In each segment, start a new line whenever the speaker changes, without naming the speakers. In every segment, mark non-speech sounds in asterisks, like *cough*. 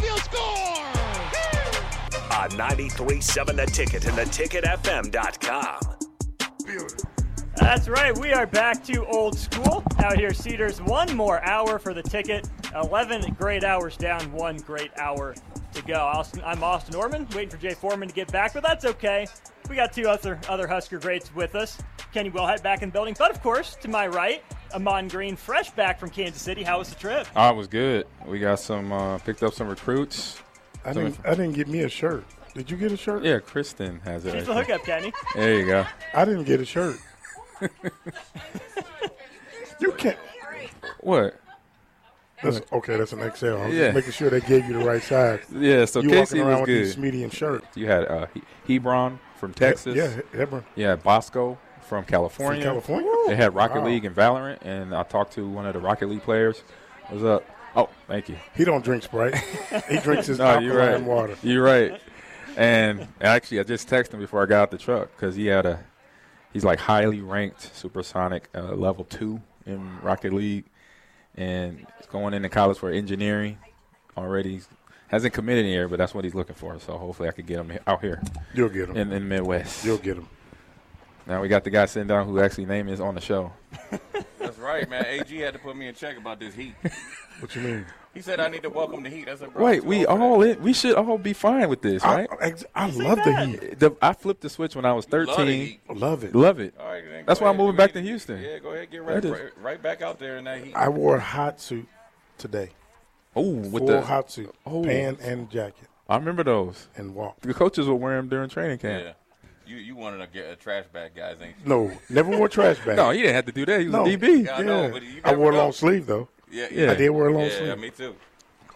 he'll score!
On 93.7 The Ticket and theticketfm.com.
That's right. We are back to old school out here, Cedars. One more hour for the ticket. Eleven great hours down. One great hour to go. Austin, I'm Austin Orman, waiting for Jay Foreman to get back, but that's okay. We got two other other Husker greats with us. Kenny Wellhead back in the building, but of course, to my right, Amon Green, fresh back from Kansas City. How was the trip?
I was good. We got some uh, picked up some recruits.
I didn't. I didn't get me a shirt. Did you get a shirt?
Yeah, Kristen has it.
She's
right
the
there.
hookup, Kenny.
There you go.
I didn't get
*laughs*
a shirt. you can't.
What?
That's okay. That's an XL. I'm
Yeah.
just making sure they gave you the right size.
Yeah. So
you
Casey
walking around
was
with
good.
this medium shirt.
you had uh, he- Hebron from Texas.
Yeah, He- Hebron.
You had Bosco from California.
From California.
They had Rocket
Wow.
League and Valorant, and I talked to one of the Rocket League players. What's up? Oh, thank you.
He don't drink Sprite.
*laughs*
he drinks his
No,
alkaline
Oh, you're right.
water.
You're right. And actually, I just texted him before I got out the truck because he had a, he's like highly ranked supersonic uh, level two in Rocket League, and he's going into college for engineering already. He's, hasn't committed here, but that's what he's looking for. So hopefully, I could get him he- out here
You'll get him.
in, in the Midwest.
You'll get him.
Now we got the guy sitting down who actually name is on the show.
That's right, man. AG had to put me in check about this heat.
What you mean?
He said I need to welcome the heat. I said, bro,
Wait,
I'm
we
too old for
all in, we should all be fine with this, right?
I, ex- I love the heat.
The- I flipped the switch when I was
that. Love the
13.
heat.
Love it.
Love it.
All right, then
That's
go
why I'm
ahead.
moving
Give me
back to Houston.
Yeah, go ahead, get right,
That is-
right, right back out there in that heat.
I wore a hot suit today.
Oh, with
Full
the
hot suit,
Oh.
pants and jacket,
I remember those.
and walked.
The coaches would wear them during training
yeah.
camp.
you you wanted to get a trash bag, guys, ain't you?
No, never wore trash bag.
*laughs* No, he didn't have to do that. He was
No.
a DB.
Yeah,
Yeah,
I know, but you
I
never
wore a
know.
long sleeve though.
Yeah,
Yeah.
I did wear a long
yeah,
sleeve.
me too.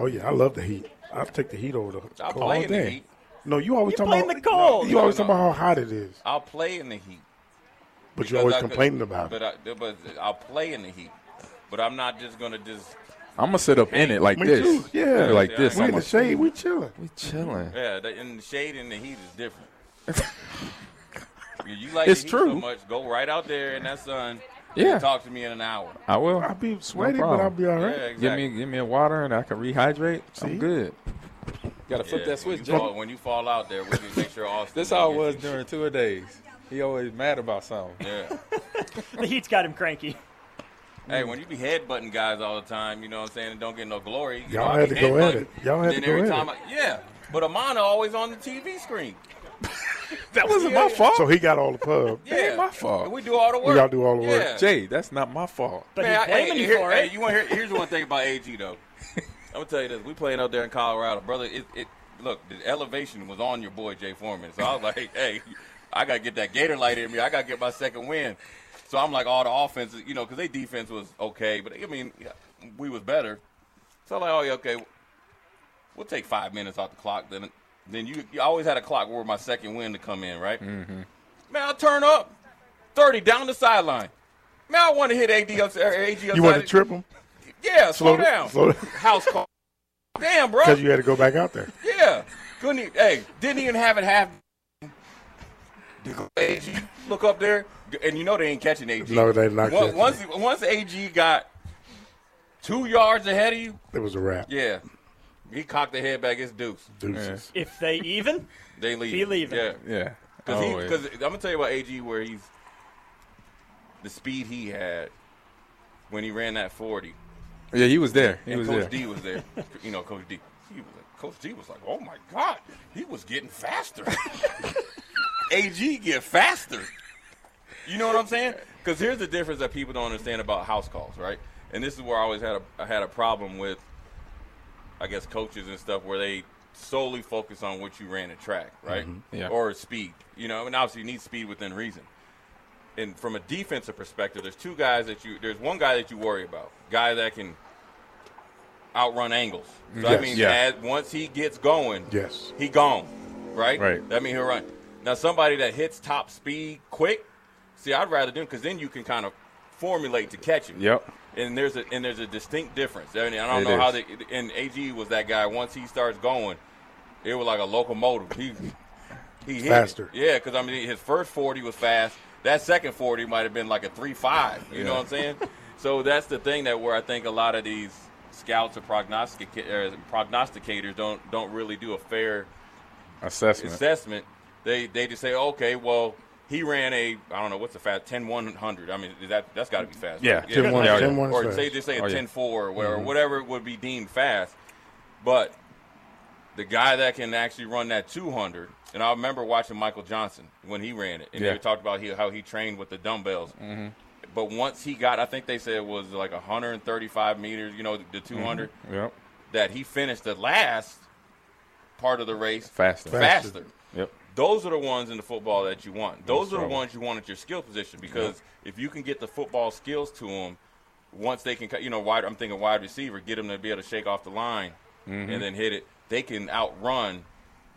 Oh yeah, I love the heat. I take the heat over the cold
I'll
all
play in the
day.
heat.
No, you always
You
talking
play in
about
the cold.
You always
No, no.
talking about how hot it is,
I'll play in the heat.
but
because
you're always
I could-
complaining about
But
it.
I, but I'll play in the heat. But I'm not just gonna just
I'm gonna sit up in it like
Me
this.
too. Yeah.
like
Yeah,
this.
We
I'm
in the
gonna-
shade. We chilling.
we chilling.
yeah. The, in the shade and the heat is different.
*laughs*
You- you like
It's
the heat so
true.
much. Go right out there in that sun.
Yeah.
And talk to me in an hour.
I will.
I'll be sweaty, but
problem.
I'll be all
Yeah,
right.
exactly.
Give me give me a water and I can rehydrate.
See?
I'm good. Gotta
Yeah, When you, fall, when you fall out there, we can make
*laughs*
sure Austin.
That's how it was
gets you.
during tour days. He always mad about something.
Yeah.
The heat's got him cranky.
Hey, when you be headbutting guys all the time, you know what I'm saying, and don't get no glory. you
Y'all
know, I
had
be
to go at
headbutting,
it. Y'all had
then
to go
every
at
time I- yeah, but Amana always on the TV screen.
That wasn't
Yeah.
my fault.
So he got all the pub.
*laughs* Yeah,
ain't my fault.
And we do all the work.
Y'all do all the work.
Yeah.
*laughs* Jay, that's not my fault.
But
Man, I-
he's blaming
hey,
you
here-
for
hey,
it.
you want to hear? Here's the one thing about AG though. *laughs* I'm gonna tell you this: we playing out there in Colorado, brother. It, it look, the elevation was on your boy Jay Foreman, so I was like, *laughs* hey, I gotta get that Gator light in me. I gotta get my second win. So I'm like, all the offenses, you know, because they defense was okay, but I mean, yeah, we was better. So I'm like, oh yeah, okay, we'll take five minutes off the clock. Then, then you, you always had a clock where my second win to come in, right? Mm-hmm. Man, I turn up thirty down the sideline. Man, I want to hit AD up. or AG
You want to
upside-
trip him
yeah, slow,
Slow-
down.
slow-
*laughs* House call. Damn, bro.
because you had to go back out there.
yeah. Couldn't even, hey, didn't even have it half. AG, look up there, and you know they ain't catching AG.
No, they're not
Once,
catching
once, once AG got two yards ahead of you,
It was a wrap.
yeah, he cocked the head back. It's Deuce.
Deuces.
If they even,
They leave.
He leaving.
Yeah,
Oh, Yeah.
because
Always.
I'm gonna tell you about AG where he's the speed he had when he ran that forty.
yeah, he was there. He
And
was
Coach
there.
D was there. *laughs* You know, Coach D. He was like, Coach D was like, oh my God, he was getting faster. *laughs* AG get faster. You know what I'm saying? Because here's the difference that people don't understand about house calls, right? And this is where I always had a I had a problem with, I guess, coaches and stuff where they solely focus on what you ran at track, right?
Mm-hmm. Yeah.
Or speed. You know, and obviously you need speed within reason and from a defensive perspective, there's two guys that you there's one guy that you worry about, guy that can outrun angles. So I
Yes.
mean,
Yeah.
as, once he gets going,
Yes.
he gone, right?
Right.
That means he'll run. Now, somebody that hits top speed quick, see, I'd rather do because then you can kind of formulate to catch him.
Yep.
And there's a and there's a distinct difference. I, mean, I don't
It
know how
is.
they and AG was that guy. Once he starts going, it was like a locomotive. He he hit it.
Faster.
Yeah, because I mean his first forty was fast. That second forty might have been like a three five. You know
Yeah.
what I'm saying? so that's the thing that where I think a lot of these scouts or prognostica- or prognosticators don't don't really do a fair
Assessment.
assessment. They they just say okay, well he ran a I don't know what's the fast 10 100. I mean is that that's got to be fast.
Yeah, 10-1,
yeah,
yeah,
10-1 is
or
fast.
say just say a
Oh, yeah.
10 4 or whatever, whatever would be deemed fast. But the guy that can actually run that 200, and I remember watching Michael Johnson when he ran it, and
Yeah. Mm-hmm.
they talked about he, how he trained with the dumbbells. But once he got, I think they said it was like 135 meters, you know, the 200,
Yep.
that he finished the last part of the race
Faster.
faster.
Faster.
Yep.
Those are the ones in the football that you want. Those are the
problem.
ones you want at your skill position because if you can get the football skills to them, once they can, cut- you know, wide. I'm thinking wide receiver, get them to be able to shake off the line
Mm-hmm.
and then hit it. They can outrun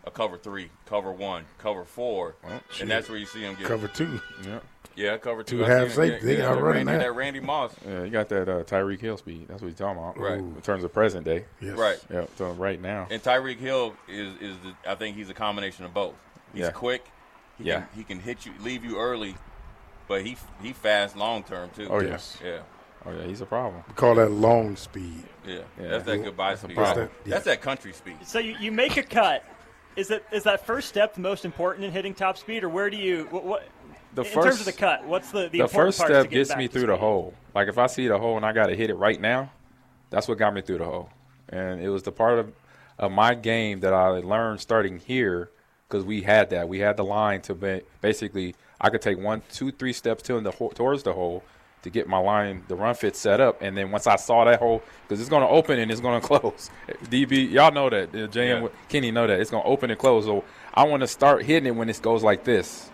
a cover three, cover one, cover four,
Oh, shit.
and that's where you see them get
Cover two.
Mm-hmm.
Yep.
Yeah, cover two.
Two
I seen
half
it.
safety, they
yeah,
outrunning
Randy,
that.
that Randy Moss.
Yeah, you got that uh, Tyreek Hill speed. That's what you're talking about.
Right.
In terms of present day.
Yes.
Right.
Yeah. So right now.
And Tyreek Hill is is the, I think he's a combination of both. He's
Yeah.
quick. He
Yeah.
Can, he can hit you, leave you early, but he he fast long term too.
Oh, yeah.
Yes.
Yeah.
Oh yeah, he's a problem.
We call that long speed.
Yeah.
Yeah.
That's that goodbye
That's a
speed.
problem.
That's, that country speed.
So you, you make a cut. Is that is that first step the most important in hitting top speed, or where do you what, what
The
in terms
first-
of the cut? What's the the,
the
important
first
parts to
step
get
gets
back
me
to
through the
speed?
hole. Like if I see the hole and I got to hit it right now, that's what got me through the hole. And it was the part of, of my game that I learned starting here because we had that. We had the line to ba- basically I could take one, two, three steps to in the ho- towards the hole to get my line, the run fit set up. And then once I saw that hole, because it's going to open and it's going to *laughs* close. DB, y'all know that. Uh, JM,
Yeah.
Kenny know that it's going to open and close. So I want to start hitting it when it goes like this.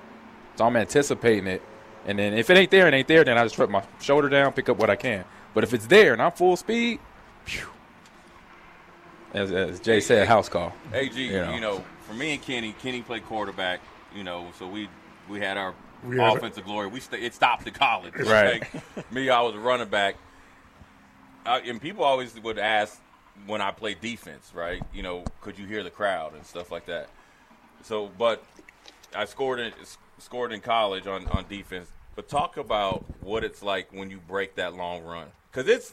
So I'm anticipating it. And then if it ain't there, it ain't there. Then I just put my shoulder down, pick up what I can. But if it's there and I'm full speed, phew. as, as Jay said, house call.
Ag, you
Yeah.
know. for me and Kenny, Kenny played quarterback. You know, so we we had our
We had-
offensive glory. We st- it stopped at college.
Right.
Like, me, I was a running back. I, and people always would ask when I play defense, right? You know, could you hear the crowd and stuff like that? So, but I scored in s- scored in college on on defense. But talk about what it's like when you break that long run, because it's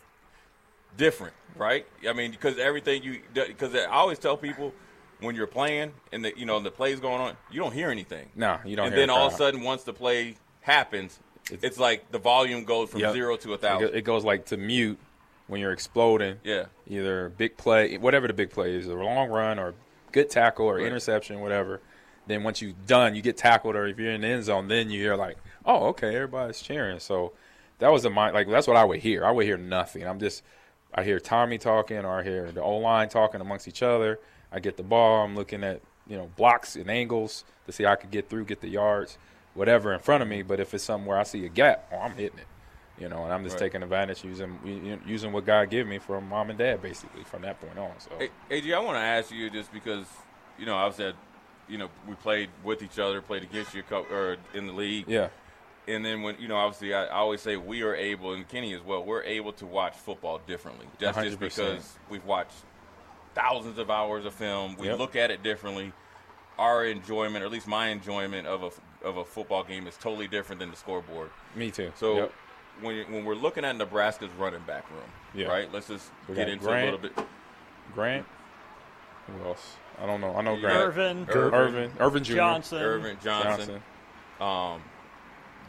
different, right? I mean, because everything you because I always tell people when you're playing and the you know the play's going on, you don't hear anything.
No, you don't
And
hear
then
the
all of a
crowd.
sudden, once the play happens, it's, like the volume goes from
Yep.
zero to a
It, go-
thousand.
it goes like to mute when you're exploding.
Yeah.
Either a big play, whatever the big play is, a long run or good tackle or interception, whatever. Then once you're done, you get tackled, or if you're in the end zone, then you hear like, oh, okay, everybody's cheering. So that was a mind like that's what I would hear. I would hear nothing. I'm just I hear Tommy talking, or I hear the O line talking amongst each other. I get the ball. I'm looking at you know blocks and angles to see how I could get through, get the yards, whatever in front of me. But if it's somewhere I see a gap, oh, I'm hitting it you know, and I'm just
Right.
taking advantage using u- using what God gave me from mom and dad basically from that point on. So
A- AJ, I want to ask you just because you know I've said you know we played with each other, played against you a couple, or in the league,
yeah,
and then when you know obviously I, I always say we are able and kenny as well we're able to watch football differently that's just
100%.
because we've watched thousands of hours of film we
Yep.
look at it differently our enjoyment or at least my enjoyment of a f- of a football game is totally different than the scoreboard
me too.
so
Yep.
when you- when we're looking at nebraska's running back room
Yeah.
right let's just
We
get
got
into
Grant,
a little bit
Grant, who else? I don't know. I know
You
Grant,
got
Irvin,
Irvin, Irvin Jr.
Johnson,
Irvin johnson,
Johnson.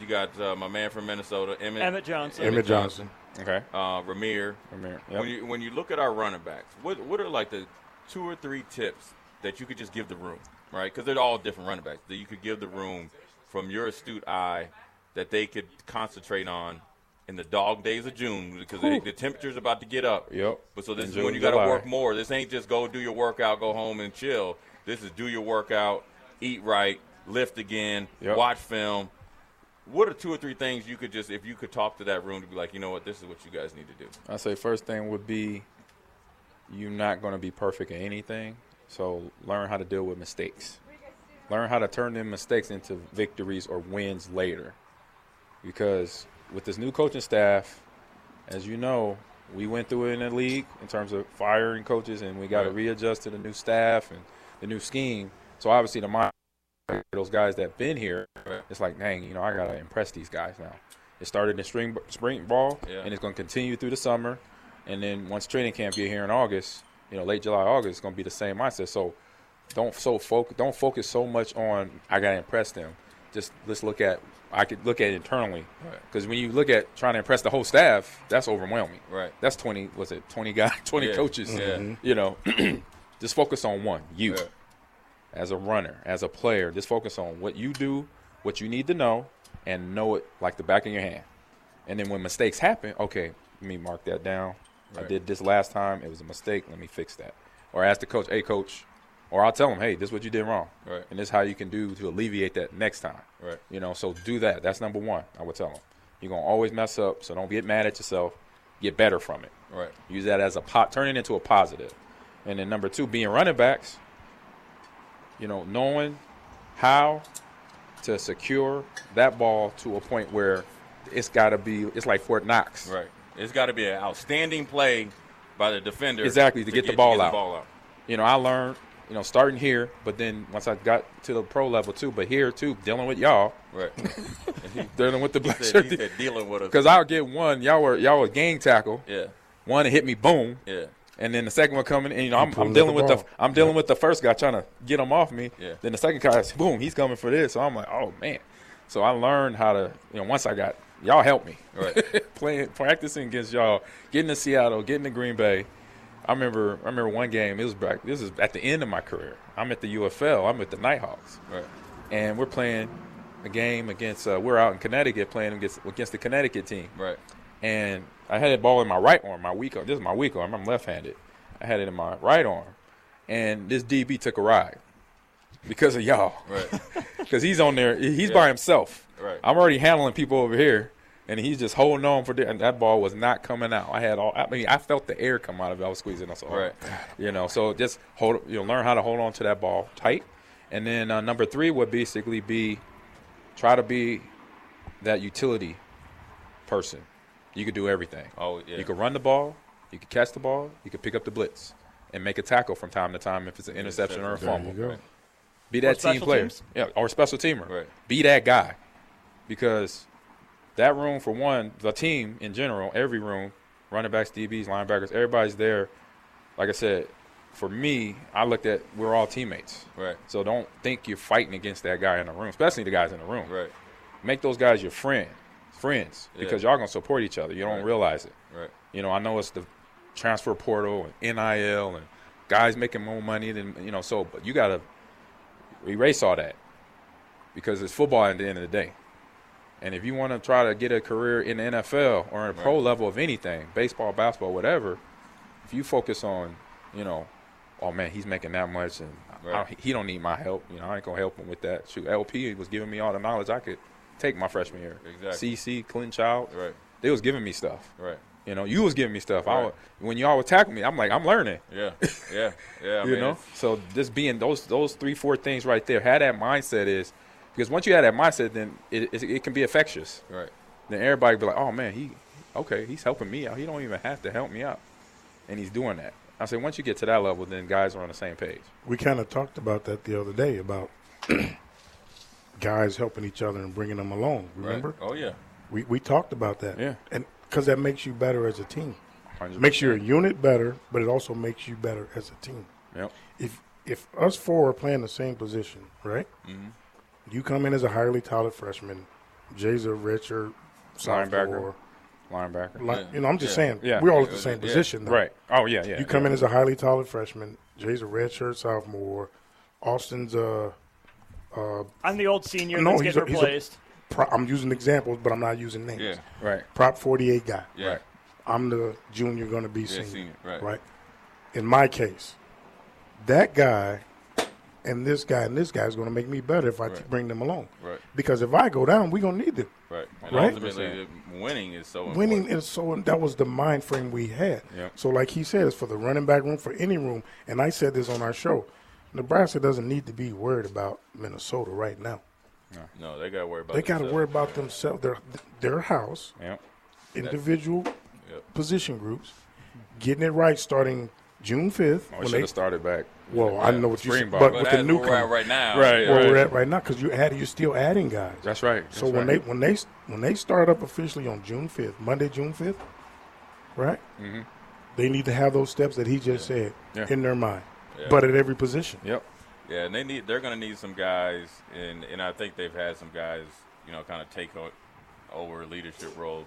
you got uh, my man from minnesota emmett
Emmett Johnson.
Emmett Johnson.
Okay,
uh, Ramir.
Ramir,
When
yep.
you when you look at our running backs, what what are like the two or three tips that you could just give the room, right? Because they're all different running backs that you could give the room from your astute eye that they could concentrate on in the dog days of June because they, the temperature's about to get up.
Yep.
But so this
In
is when
June,
you got to
July.
work more. This ain't just go do your workout, go home and chill. This is do your workout, eat right, lift again,
Yep.
watch film. What are two or three things you could just, if you could talk to that room to be like, you know what, this is what you guys need to do?
I say first thing would be you're not going to be perfect at anything. So learn how to deal with mistakes. Learn how to turn them mistakes into victories or wins later. Because with this new coaching staff, as you know, we went through it in the league in terms of firing coaches and we got to
Right.
readjust to the new staff and the new scheme. So obviously the mind those guys that been here, it's like, dang, you know, I gotta impress these guys now. It started in spring spring ball,
Yeah.
and it's gonna continue through the summer, and then once training camp get here in August, you know, late July, August, it's gonna be the same mindset. So don't so focus don't focus so much on I gotta impress them. Just let's look at I could look at it internally
Right.
because when you look at trying to impress the whole staff, that's overwhelming.
Right.
That's twenty. Was it twenty guys, *laughs* twenty
Yeah.
coaches?
Yeah. Mhm.
You know, *clears throat* just focus on one. You
Yeah.
as a runner, as a player, just focus on what you do, what you need to know, and know it like the back of your hand. And then when mistakes happen, okay, let me mark that down. I
Right.
did this last time. It was a mistake. Let me fix that. Or ask the coach, hey, coach. Or I'll tell him, hey, this is what you did wrong.
Right.
And this is how you can do to alleviate that next time.
Right.
You know, so do that. That's number one, I would tell them. You're going to always mess up, so don't get mad at yourself. Get better from it.
Right.
Use that as a pot, turn it into a positive. And then number two, being running backs, you know, knowing how to secure that ball to a point where it's got to be, it's like Fort Knox.
Right. It's got to be an outstanding play by the defender.
Exactly, to get the ball out.
out.
You know, I learned, you know, starting here, but then once I got to the pro level too, but here too, dealing with y'all, *laughs*
Right.
dealing with the *laughs* black
he, said, he
shirt.
said dealing with us.
Because I'll get one, y'all were y'all were gang tackle.
yeah.
One hit me, boom.
Yeah.
And then the second one coming, and you know I'm,
pulled
I'm
up
dealing
the
with the
ball.
I'm dealing with the first guy trying to get him off me.
Yeah.
Then the second guy, is, boom, he's coming for this. So I'm like, oh man. So I learned how to, you know, once I got y'all helped me *laughs*
Right.
playing practicing against y'all, getting to Seattle, getting to Green Bay. I remember I remember one game. It was back. This is at the end of my career. I'm at the UFL. I'm with the Nighthawks
Right.
and we're playing a game against. Uh, we're out in Connecticut playing against against the Connecticut team.
Right.
And I had a ball in my right arm, my weak arm. This is my weak arm. I'm left-handed. I had it in my right arm, and this DB took a ride because of y'all.
Right.
Because he's on there. He's by himself.
Right.
I'm already handling people over here, and he's just holding on for. The, and that ball was not coming out. I had all. I mean, I felt the air come out of it. I was squeezing. I was like, oh.
Right.
You know, so just hold. You know, learn how to hold on to that ball tight, and then uh, number three would basically be try to be that utility person. You could do everything.
Oh, yeah.
You could run the ball. You could catch the ball. You could pick up the blitz and make a tackle from time to time if it's an interception or a
There
fumble.
you go.
Be that team
special
player.
teams?
Yeah, or special teamer.
Right.
Be that guy. Because that room for one, the team in general, every room, running backs, DBs, linebackers, everybody's there. Like I said, for me, I looked at we're all teammates.
Right.
So don't think you're fighting against that guy in the room, especially the guys in the room.
Right.
Make those guys your friend, friends, because y'all gonna support each other. You don't
Right.
realize it.
Right.
You know, I know it's the transfer portal and NIL and guys making more money than you know. So, but you gotta erase all that because it's football at the end of the day. And if you want to try to get a career in the NFL or in a pro
Right.
level of anything, baseball, basketball, whatever, if you focus on, you know, oh man, he's making that much and I- I,
Right.
he don't need my help. You know, I ain't gonna help him with that. Shoot, LP was giving me all the knowledge I could take my freshman year.
Exactly.
CC, Clint Child,
Right.
they was giving me stuff.
Right.
You know, you was giving me stuff. I
Right.
would, when y'all would tackle me, I'm like, I'm learning.
Yeah. Yeah. Yeah. I
you
mean,
know,
it's-
so just being those those three four things right there, how that mindset is, because once you have that mindset, then it it, it can be infectious.
Right.
Then everybody be like, oh man, he okay, he's helping me out. He don't even have to help me out, and he's doing that. I say once you get to that level, then guys are on the same page.
We kind of talked about that the other day about *clears throat* guys helping each other and bringing them along.
Right.
Remember?
Oh yeah.
We we talked about that.
Yeah.
And because that makes you better as a team.
100%.
Makes your unit better, but it also makes you better as a team.
Yep.
If if us four are playing the same position, right?
Mm-hmm.
You come in as a highly talented freshman. Jay's a Richard
Linebacker. Linebacker.
Like, You know, I'm just saying,
Yeah.
we're all at the same
Yeah.
position. Though.
right. Oh yeah, yeah.
You come in as a highly talented freshman. Jay's a redshirt sophomore. Austin's a
I'm the old senior
no.
that's
He's
getting
a, he's a
replaced.
pro, I'm using examples, but I'm not using names.
Yeah.
right.
Prop 48 guy.
Yeah.
Right.
I'm the junior going to be senior.
senior, right.
In my case, that guy and this guy and this guy is going to make me better if I
Right.
bring them along.
Right.
Because if I go down, we're going to need them.
Right. And
Right.
ultimately, the winning is so important.
Winning is so that was the mind frame we had.
Yep.
So like he said, it's for the running back room, for any room. And I said this on our show. Nebraska doesn't need to be worried about Minnesota right now.
No, they got to worry about.
They got to
themselves.
worry about themselves, their their house,
Yep. Oh,
individual
Yep.
position groups, getting it right starting June fifth.
Oh, we should have started back.
well, I know what you
Spring
said,
ball.
but
But
with
that's
the new
where we're at right now.
Right.
where we're at right now, because you add, you're still adding guys.
That's right.
So when they when they when they start up officially on June fifth, Monday, June fifth, right? Mm-hmm. They need to have those steps that he just said
Yeah.
in their mind, but at every position.
they yep.
Yeah, and they need they're going to need some guys, and and I think they've had some guys, you know, kind of take o- over leadership roles.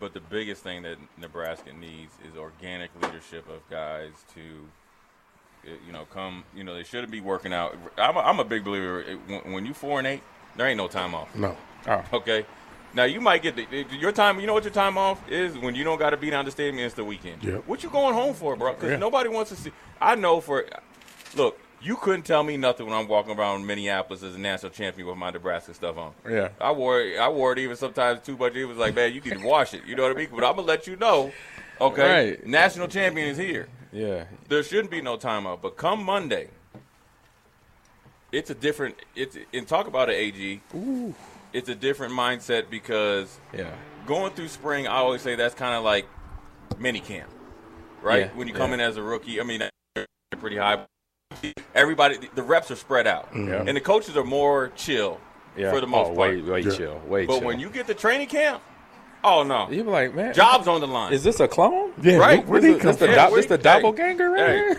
But the biggest thing that Nebraska needs is organic leadership of guys to, eh, you know, come. You know, they shouldn't be working out. I'm a, I'm a big believer. eh, When, when you four and eight, there ain't no time off.
No,
Oh,
*laughs* Okay. Now you might get the, eh, your time. You know what your time off is when you don't got to be down the stadium. It's the weekend.
Yep.
What you going home for, bro? Because
Yeah.
nobody wants to see. I know for. Look, you couldn't tell me nothing when I'm walking around Minneapolis as a national champion with my Nebraska stuff on.
Yeah.
I wore it- I wore it even sometimes too much. It was like, man, you can wash it. You know what I mean? But I'm gonna let you know. Okay.
Right.
National champion is here
Yeah.
there shouldn't be no timeout. But come Monday, it's a different. It's and talk about it, Ag. It's a different mindset because
Yeah.
going through spring, I always say that's kind of like mini camp, right?
Yeah,
When you
yeah.
come in as a rookie, I mean, they're pretty high. Everybody, the reps are spread out,
Yeah.
and the coaches are more chill
Mm-hmm. Yeah.
for the most
oh,
part.
Way, way chill. Way
but
chill.
when you get to training camp, oh no,
you be like, man,
jobs on the line.
is this a clone?
yeah,
Right.
Where
This
they
is-
come
this the,
from?
Yeah,
do-
where
this the
he-
doppelganger right
hey.
here?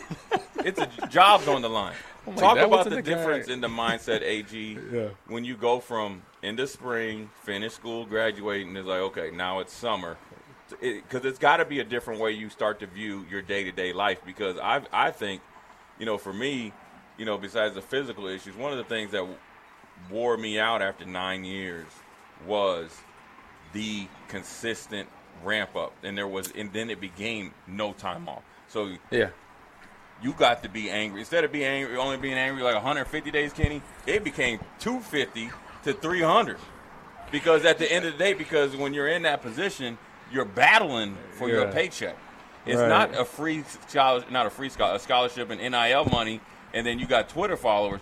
it's a job's on the line.
I'm like,
Talk
that
about
wasn't
the,
the guy.
difference in the
*laughs*
mindset, AG, when you go from end of spring, finish school, graduate, and it's like, okay, now it's summer. Because it, has got to be a different way you start to view your day to day life. Because I, I think, you know, for me, you know, besides the physical issues, one of the things that wore me out after nine years was the consistent ramp up, and there was, and then it became no time off. So
Yeah.
you got to be angry. Instead of being angry, only being angry like 150 days, Kenny, it became 250 to 300. Because at the end of the day, because when you're in that position, you're battling for your
Yeah.
paycheck. It's
Right.
not a free scholarship, not a free scholarship, a scholarship and NIL money, and then you got Twitter followers.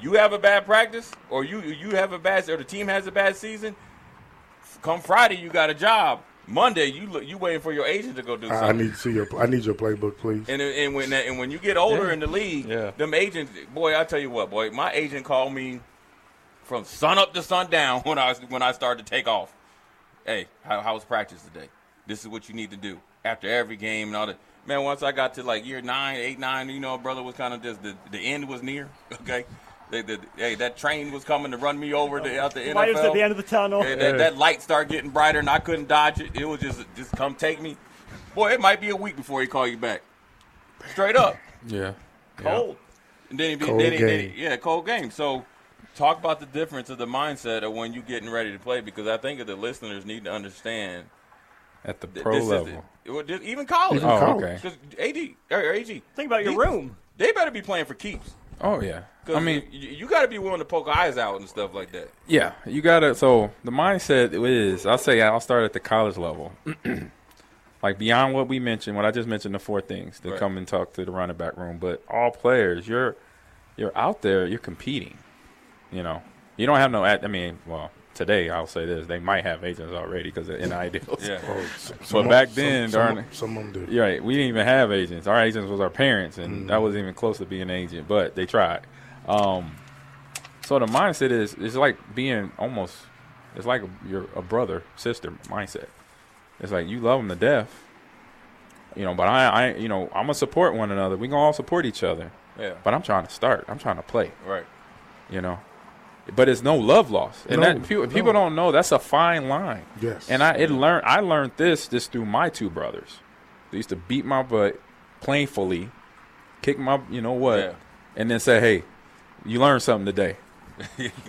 You have a bad practice, or you you have a bad, or the team has a bad season. Come Friday, you got a job. Monday, you look, you waiting for your agent to go do something.
I I need to see your I need your playbook, please.
And and when and when you get older in the league,
Yeah.
them agents, boy, I tell you what, boy, my agent called me from sun up to sundown *laughs* when I was, when I started to take off. Hey, how, how was practice today? This is what you need to do after every game and all that. Man, once I got to like year nine, eight, nine, you know, brother was kind of just the, the end was near. *laughs* Okay, They- they- hey, that train was coming to run me over to, out the NFL.
Light is at the end of the tunnel.
Yeah, that, that light started getting brighter, and I couldn't dodge it. It was just, just come take me. Boy, it might be a week before he call you back. Straight up,
Yeah.
cold. And then he be,
Cold
then he, then he-
game.
yeah, cold game. So, talk about the difference of the mindset of when you getting ready to play, because I think that the listeners need to understand.
At the
that
pro
this
level.
is well, just- even college.
Even
oh,
college.
okay.
Because AD or AG,
Think about your
they-
room.
er, They better be playing for keeps.
Oh yeah.
'Cause
I mean,
you, you got to be willing to poke eyes out and stuff like that.
Yeah, you gotta. So the mindset is, I'll say, I'll start at the college level. *clears throat* like beyond what we mentioned, what I just mentioned, the four things that
Right.
come and talk to the running back room. But all players, you're you're out there, you're competing. You know, you don't have no. ad- I mean, well, today I'll say this: they might have agents already because of NI deals. *laughs*
Yeah.
Oh, s-
But
of-
back then,
some,
darn
some,
it.
some of them do.
You're right. We didn't even have agents. Our agents was our parents, and that wasn't even close to being an agent, but they tried. Um, so the mindset is it's like being almost it's like your a brother sister mindset. It's like you love them to death, you know. But I, I, you know, I'm gonna support one another. We gonna all support each other.
Yeah.
But I'm trying to start. I'm trying to play
Right.
you know. But it's no love loss, and
No,
that people,
no.
people don't know that's a fine line.
Yes.
and I it learned I learned this just through my two brothers. They used to beat my butt plainfully, kick my you know what,
Yeah.
and then say, "Hey, you learned something today."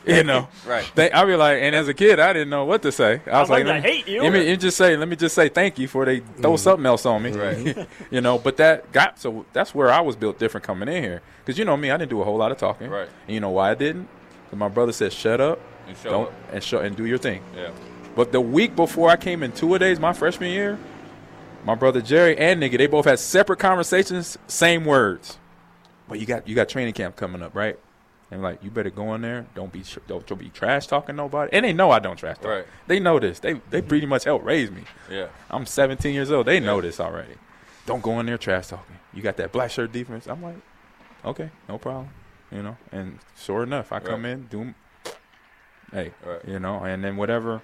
you know,
Right.
They, I be like, and as a kid, I didn't know what to say. I was like,
learned
let
to
me-
hate you.
Let me, you just say, let me just say thank you for they throw something else on me, *laughs*
Right.
you know, but that got so that's where I was built different coming in here because you know me, I didn't do a whole lot of talking,
Right.
And you know why I didn't? 'Cause my brother said, "Shut up,
And show
don't
up.
and show and do your thing."
Yeah.
But the week before I came in two a days, my freshman year, my brother Jerry and nigga, they both had separate conversations, same words. but you got you got training camp coming up, right? And like, you better go in there. Don't be tr- don't, don't be trash talking nobody. And they know I don't trash talk.
Right.
They know this. They they pretty much helped raise me.
Yeah.
I'm 17 years old. They know this already. Don't go in there trash talking. You got that black shirt defense. I'm like, okay, no problem. You know. And sure enough, I come
Right.
in, do, m- hey,
Right.
you know, and then whatever,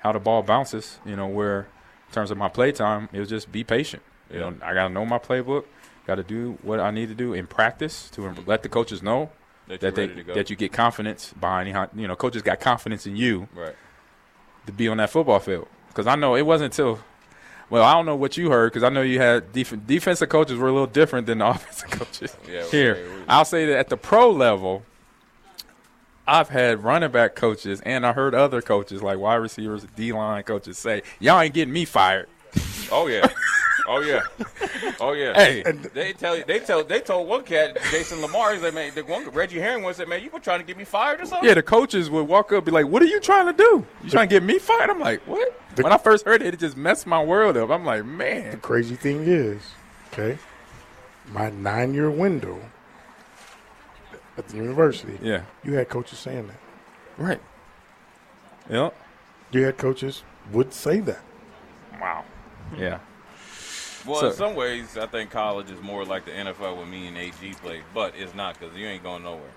how the ball bounces, you know, where in terms of my play time, it was just be patient. You know, I gotta know my playbook. Got to do what I need to do in practice to im- let the coaches know
That
that
you're
they
ready to go.
that you get confidence behind you. You know, coaches got confidence in you
Right.
to be on that football field. Because I know it wasn't until, well, I don't know what you heard because I know you had def- defensive coaches were a little different than the *laughs* offensive coaches.
Yeah,
Here,
okay, we-
I'll say that at the pro level, I've had running back coaches and I heard other coaches like wide receivers, D line coaches say, "Y'all ain't getting me fired."
Oh yeah. Oh yeah. Oh yeah.
Hey.
They tell you. They tell. They told one cat, Jason Lamar. He's like, man, the one Reggie Herring once said, man, you were trying to get me fired or something.
Yeah, the coaches would walk up, be like, "What are you trying to do? You trying to get me fired?" I'm like, "What?" When I first heard it, it just messed my world up. I'm like, "Man,
Crazy thing is, okay, my nine year window at the university,
yeah,
you had coaches saying that.
right, yeah,
You had coaches would say that.
wow, *laughs* yeah."
Well, in
So-
some ways, I think college is more like the NFL when me and AG played, but it's not because you ain't going nowhere.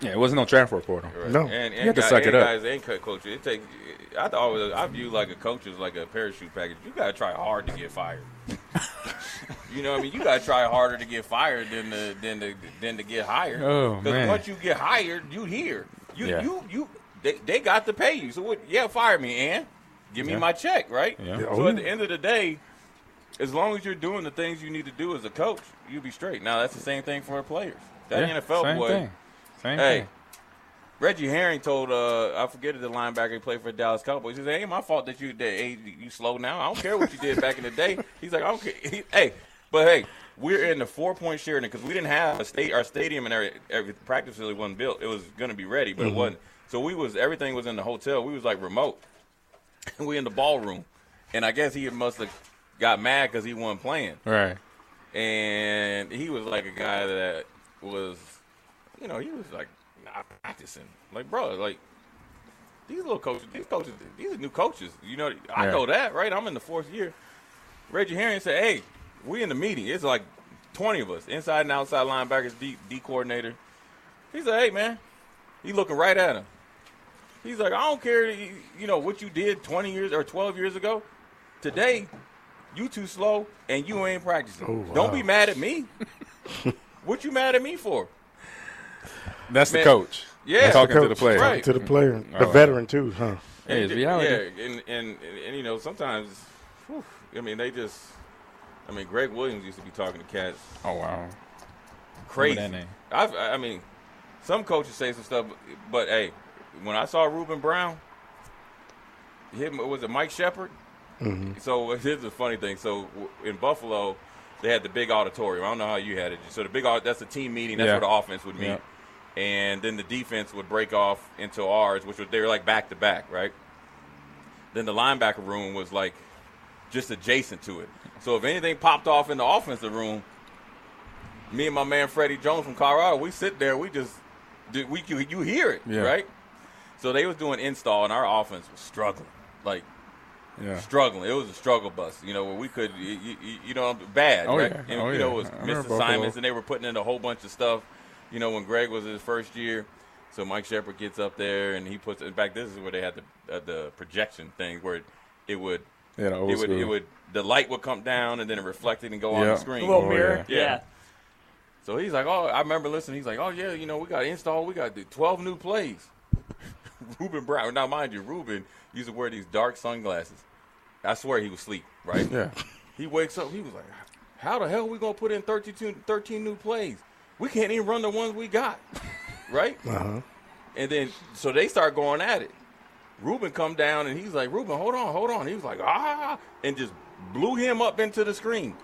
Yeah, it wasn't no transfer portal.
Right.
No.
and, and
You have to
guy-
suck it
and
up.
Guys and co- coaches, it take. I th- always I view like a coach is like a parachute package. You gotta try hard to
*laughs*
get fired. you know, what I mean, you gotta try harder to get fired than to than to than to get hired.
Oh, man.
once you get hired, you here. You
Yeah.
you you. They, they got to pay you. So what? Yeah, fire me and give me
Yeah.
my check, right?
Yeah.
So at the end of the day. As long as you're doing the things you need to do as a coach, you'll be straight. Now that's the same thing for our players. That
Yeah,
NFL
same
boy,
thing. Same
Hey,
thing.
Reggie Herring told uh, I forget the linebacker he played for the Dallas Cowboys. He said, "Ain't my fault that you that hey, you slow now. I don't care what you did back in the day." He's like, "I don't care." He, hey, but hey, we're in the four point Sheridan because we didn't have a state our stadium and every, every practice really wasn't built. It was going to be ready,
Mm-hmm.
but it wasn't. So we was everything was in the hotel. We was like remote. *laughs* And we in the ballroom, and I guess he must have got mad because he wasn't playing
Right.
and he was like a guy that was, you know, he was like not practicing. Like, bro, like these little coaches, these coaches, these are new coaches. You know, I
Yeah.
know that, right? I'm in the fourth year. Reggie Herring said, "Hey, we in the meeting. It's like 20 of us, inside and outside linebackers, D, D coordinator." He said, "Hey, man," he looking right at him. He's like, "I don't care, you you know, what you did 20 years or 12 years ago. Today, you too slow and you ain't practicing.
Oh,
Don't
wow.
be mad at me. what you mad at me for?
That's
Man.
the coach.
Yeah.
talking
Coach,
to the player.
Right. Mm-hmm. Oh,
To the player, the
wow.
veteran too, huh?
Hey, it's
Yeah,
reality.
Yeah, and and, and, and, you know sometimes, whew, I mean they just, I mean Greg Williams used to be talking to cats
Oh wow.
crazy.
that name.
I've, I I mean, some coaches say some stuff, but, but hey, when I saw Reuben Brown, him was it Mike Shepard? So *laughs* here's the funny thing. So w- in Buffalo, they had the big auditorium. I don't know how you had it. So the big au- that's the team meeting. That's
Yeah.
where the offense would meet,
Yeah.
and then the defense would break off into ours, which was they were like back to back, right? Then the linebacker room was like just adjacent to it. So if anything popped off in the offensive room, me and my man Freddie Jones from Colorado, we sit there, we just did we you, you hear it,
Yeah.
right? So they was doing install and our offense was struggling. Like
Yeah.
struggling. It was a struggle bus, you know, where we could, you, you, you know, bad,
Oh,
right?
yeah.
And,
Oh,
you know,
yeah.
it was
I remember
missed
Buffalo.
assignments, and they were putting in a whole bunch of stuff, you know, when Greg was his first year. So Mike Shepard gets up there, and he puts, in fact, this is where they had the, uh, the projection thing where it, it would,
Yeah, the old
it would, it
school.
would, the light would come down, and then it reflected and go on
Yeah.
the
A
screen.
little
Oh,
mirror.
yeah.
Yeah.
Yeah. So he's like, oh, I remember listening. He's like, oh yeah, you know, we got installed. We got the twelve new plays. *laughs* Ruben Brown. Now, mind you, Ruben used to wear these dark sunglasses. I swear he was asleep, right?
Yeah.
He wakes up. He was like, how the hell we gonna put in 32, 13 new plays? We can't even run the ones we got, *laughs* right?
Uh-huh.
And then so they start going at it. Ruben come down and he's like, Ruben, hold on, hold on. He was like, ah, and just blew him up into the screen.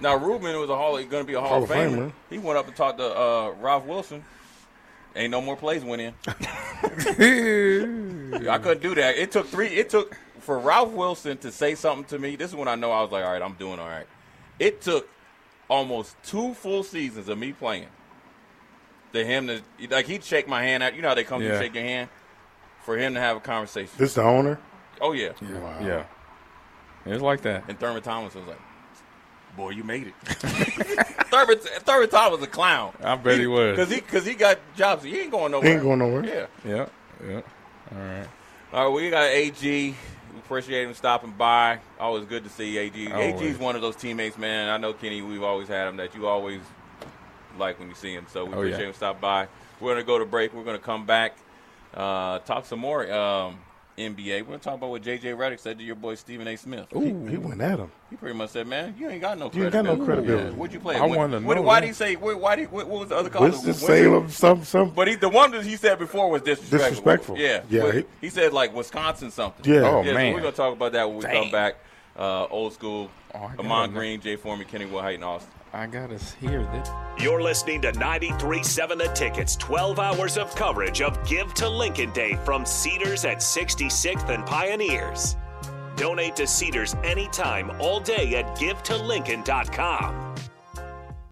Now Ruben was a hall, going to be a Hall, of Famer. He went up and talked to uh, Ralph Wilson. Ain't no more plays went *laughs* in. I couldn't do that. It took three. It took for Ralph Wilson to say something to me. This is when I know I was like, all right, I'm doing all right. It took almost two full seasons of me playing. To him to like he'd shake my hand out. You know how they come
Yeah.
to shake your hand? For him to have a conversation.
This the owner?
oh yeah.
Wow.
Yeah. It's like that.
And Thurman Thomas was like, Boy, you made it. *laughs* Thurman, Thurman Thomas was a clown.
I bet he was.
Because he, cause he got jobs. He ain't going nowhere.
He ain't going nowhere.
Yeah.
Yeah. Yeah. All right.
All right, we got AG. We appreciate him stopping by. Always good to see AG. AG
Always.
is one of those teammates, man. I know Kenny. We've always had him that you always like when you see him. So we
Oh,
appreciate
yeah.
him stopping by. We're gonna go to break. We're gonna come back, uh, talk some more um, NBA. We're gonna talk about what JJ Redick said to your boy Stephen A. Smith.
He, he went at him.
He pretty much said, "Man, you ain't got no
You ain't
credibility.
got no credibility.
What'd you play?
I
What-
wanna
what-
know,
Why
man.
did he say? What, why did? What, what was the other call?
Winston Salem, some some.
But he, the one that he said before was disrespectful.
Disrespectful.
Yeah.
Yeah,
What-
he-
He, said like Wisconsin something.
Yeah.
Oh,
Yeah, so
man.
we're gonna talk about that when we come back. Uh, old school.
Oh, I got
Amon
it.
Green, Jay Foreman, Kenny Wilhite, and Austin.
I got us here. This.
You're listening to 93.7 The Ticket's 12 hours of coverage of Give to Lincoln Day from Cedars at 66th and Pioneers. Donate to Cedars anytime, all day at GiveToLincoln.com.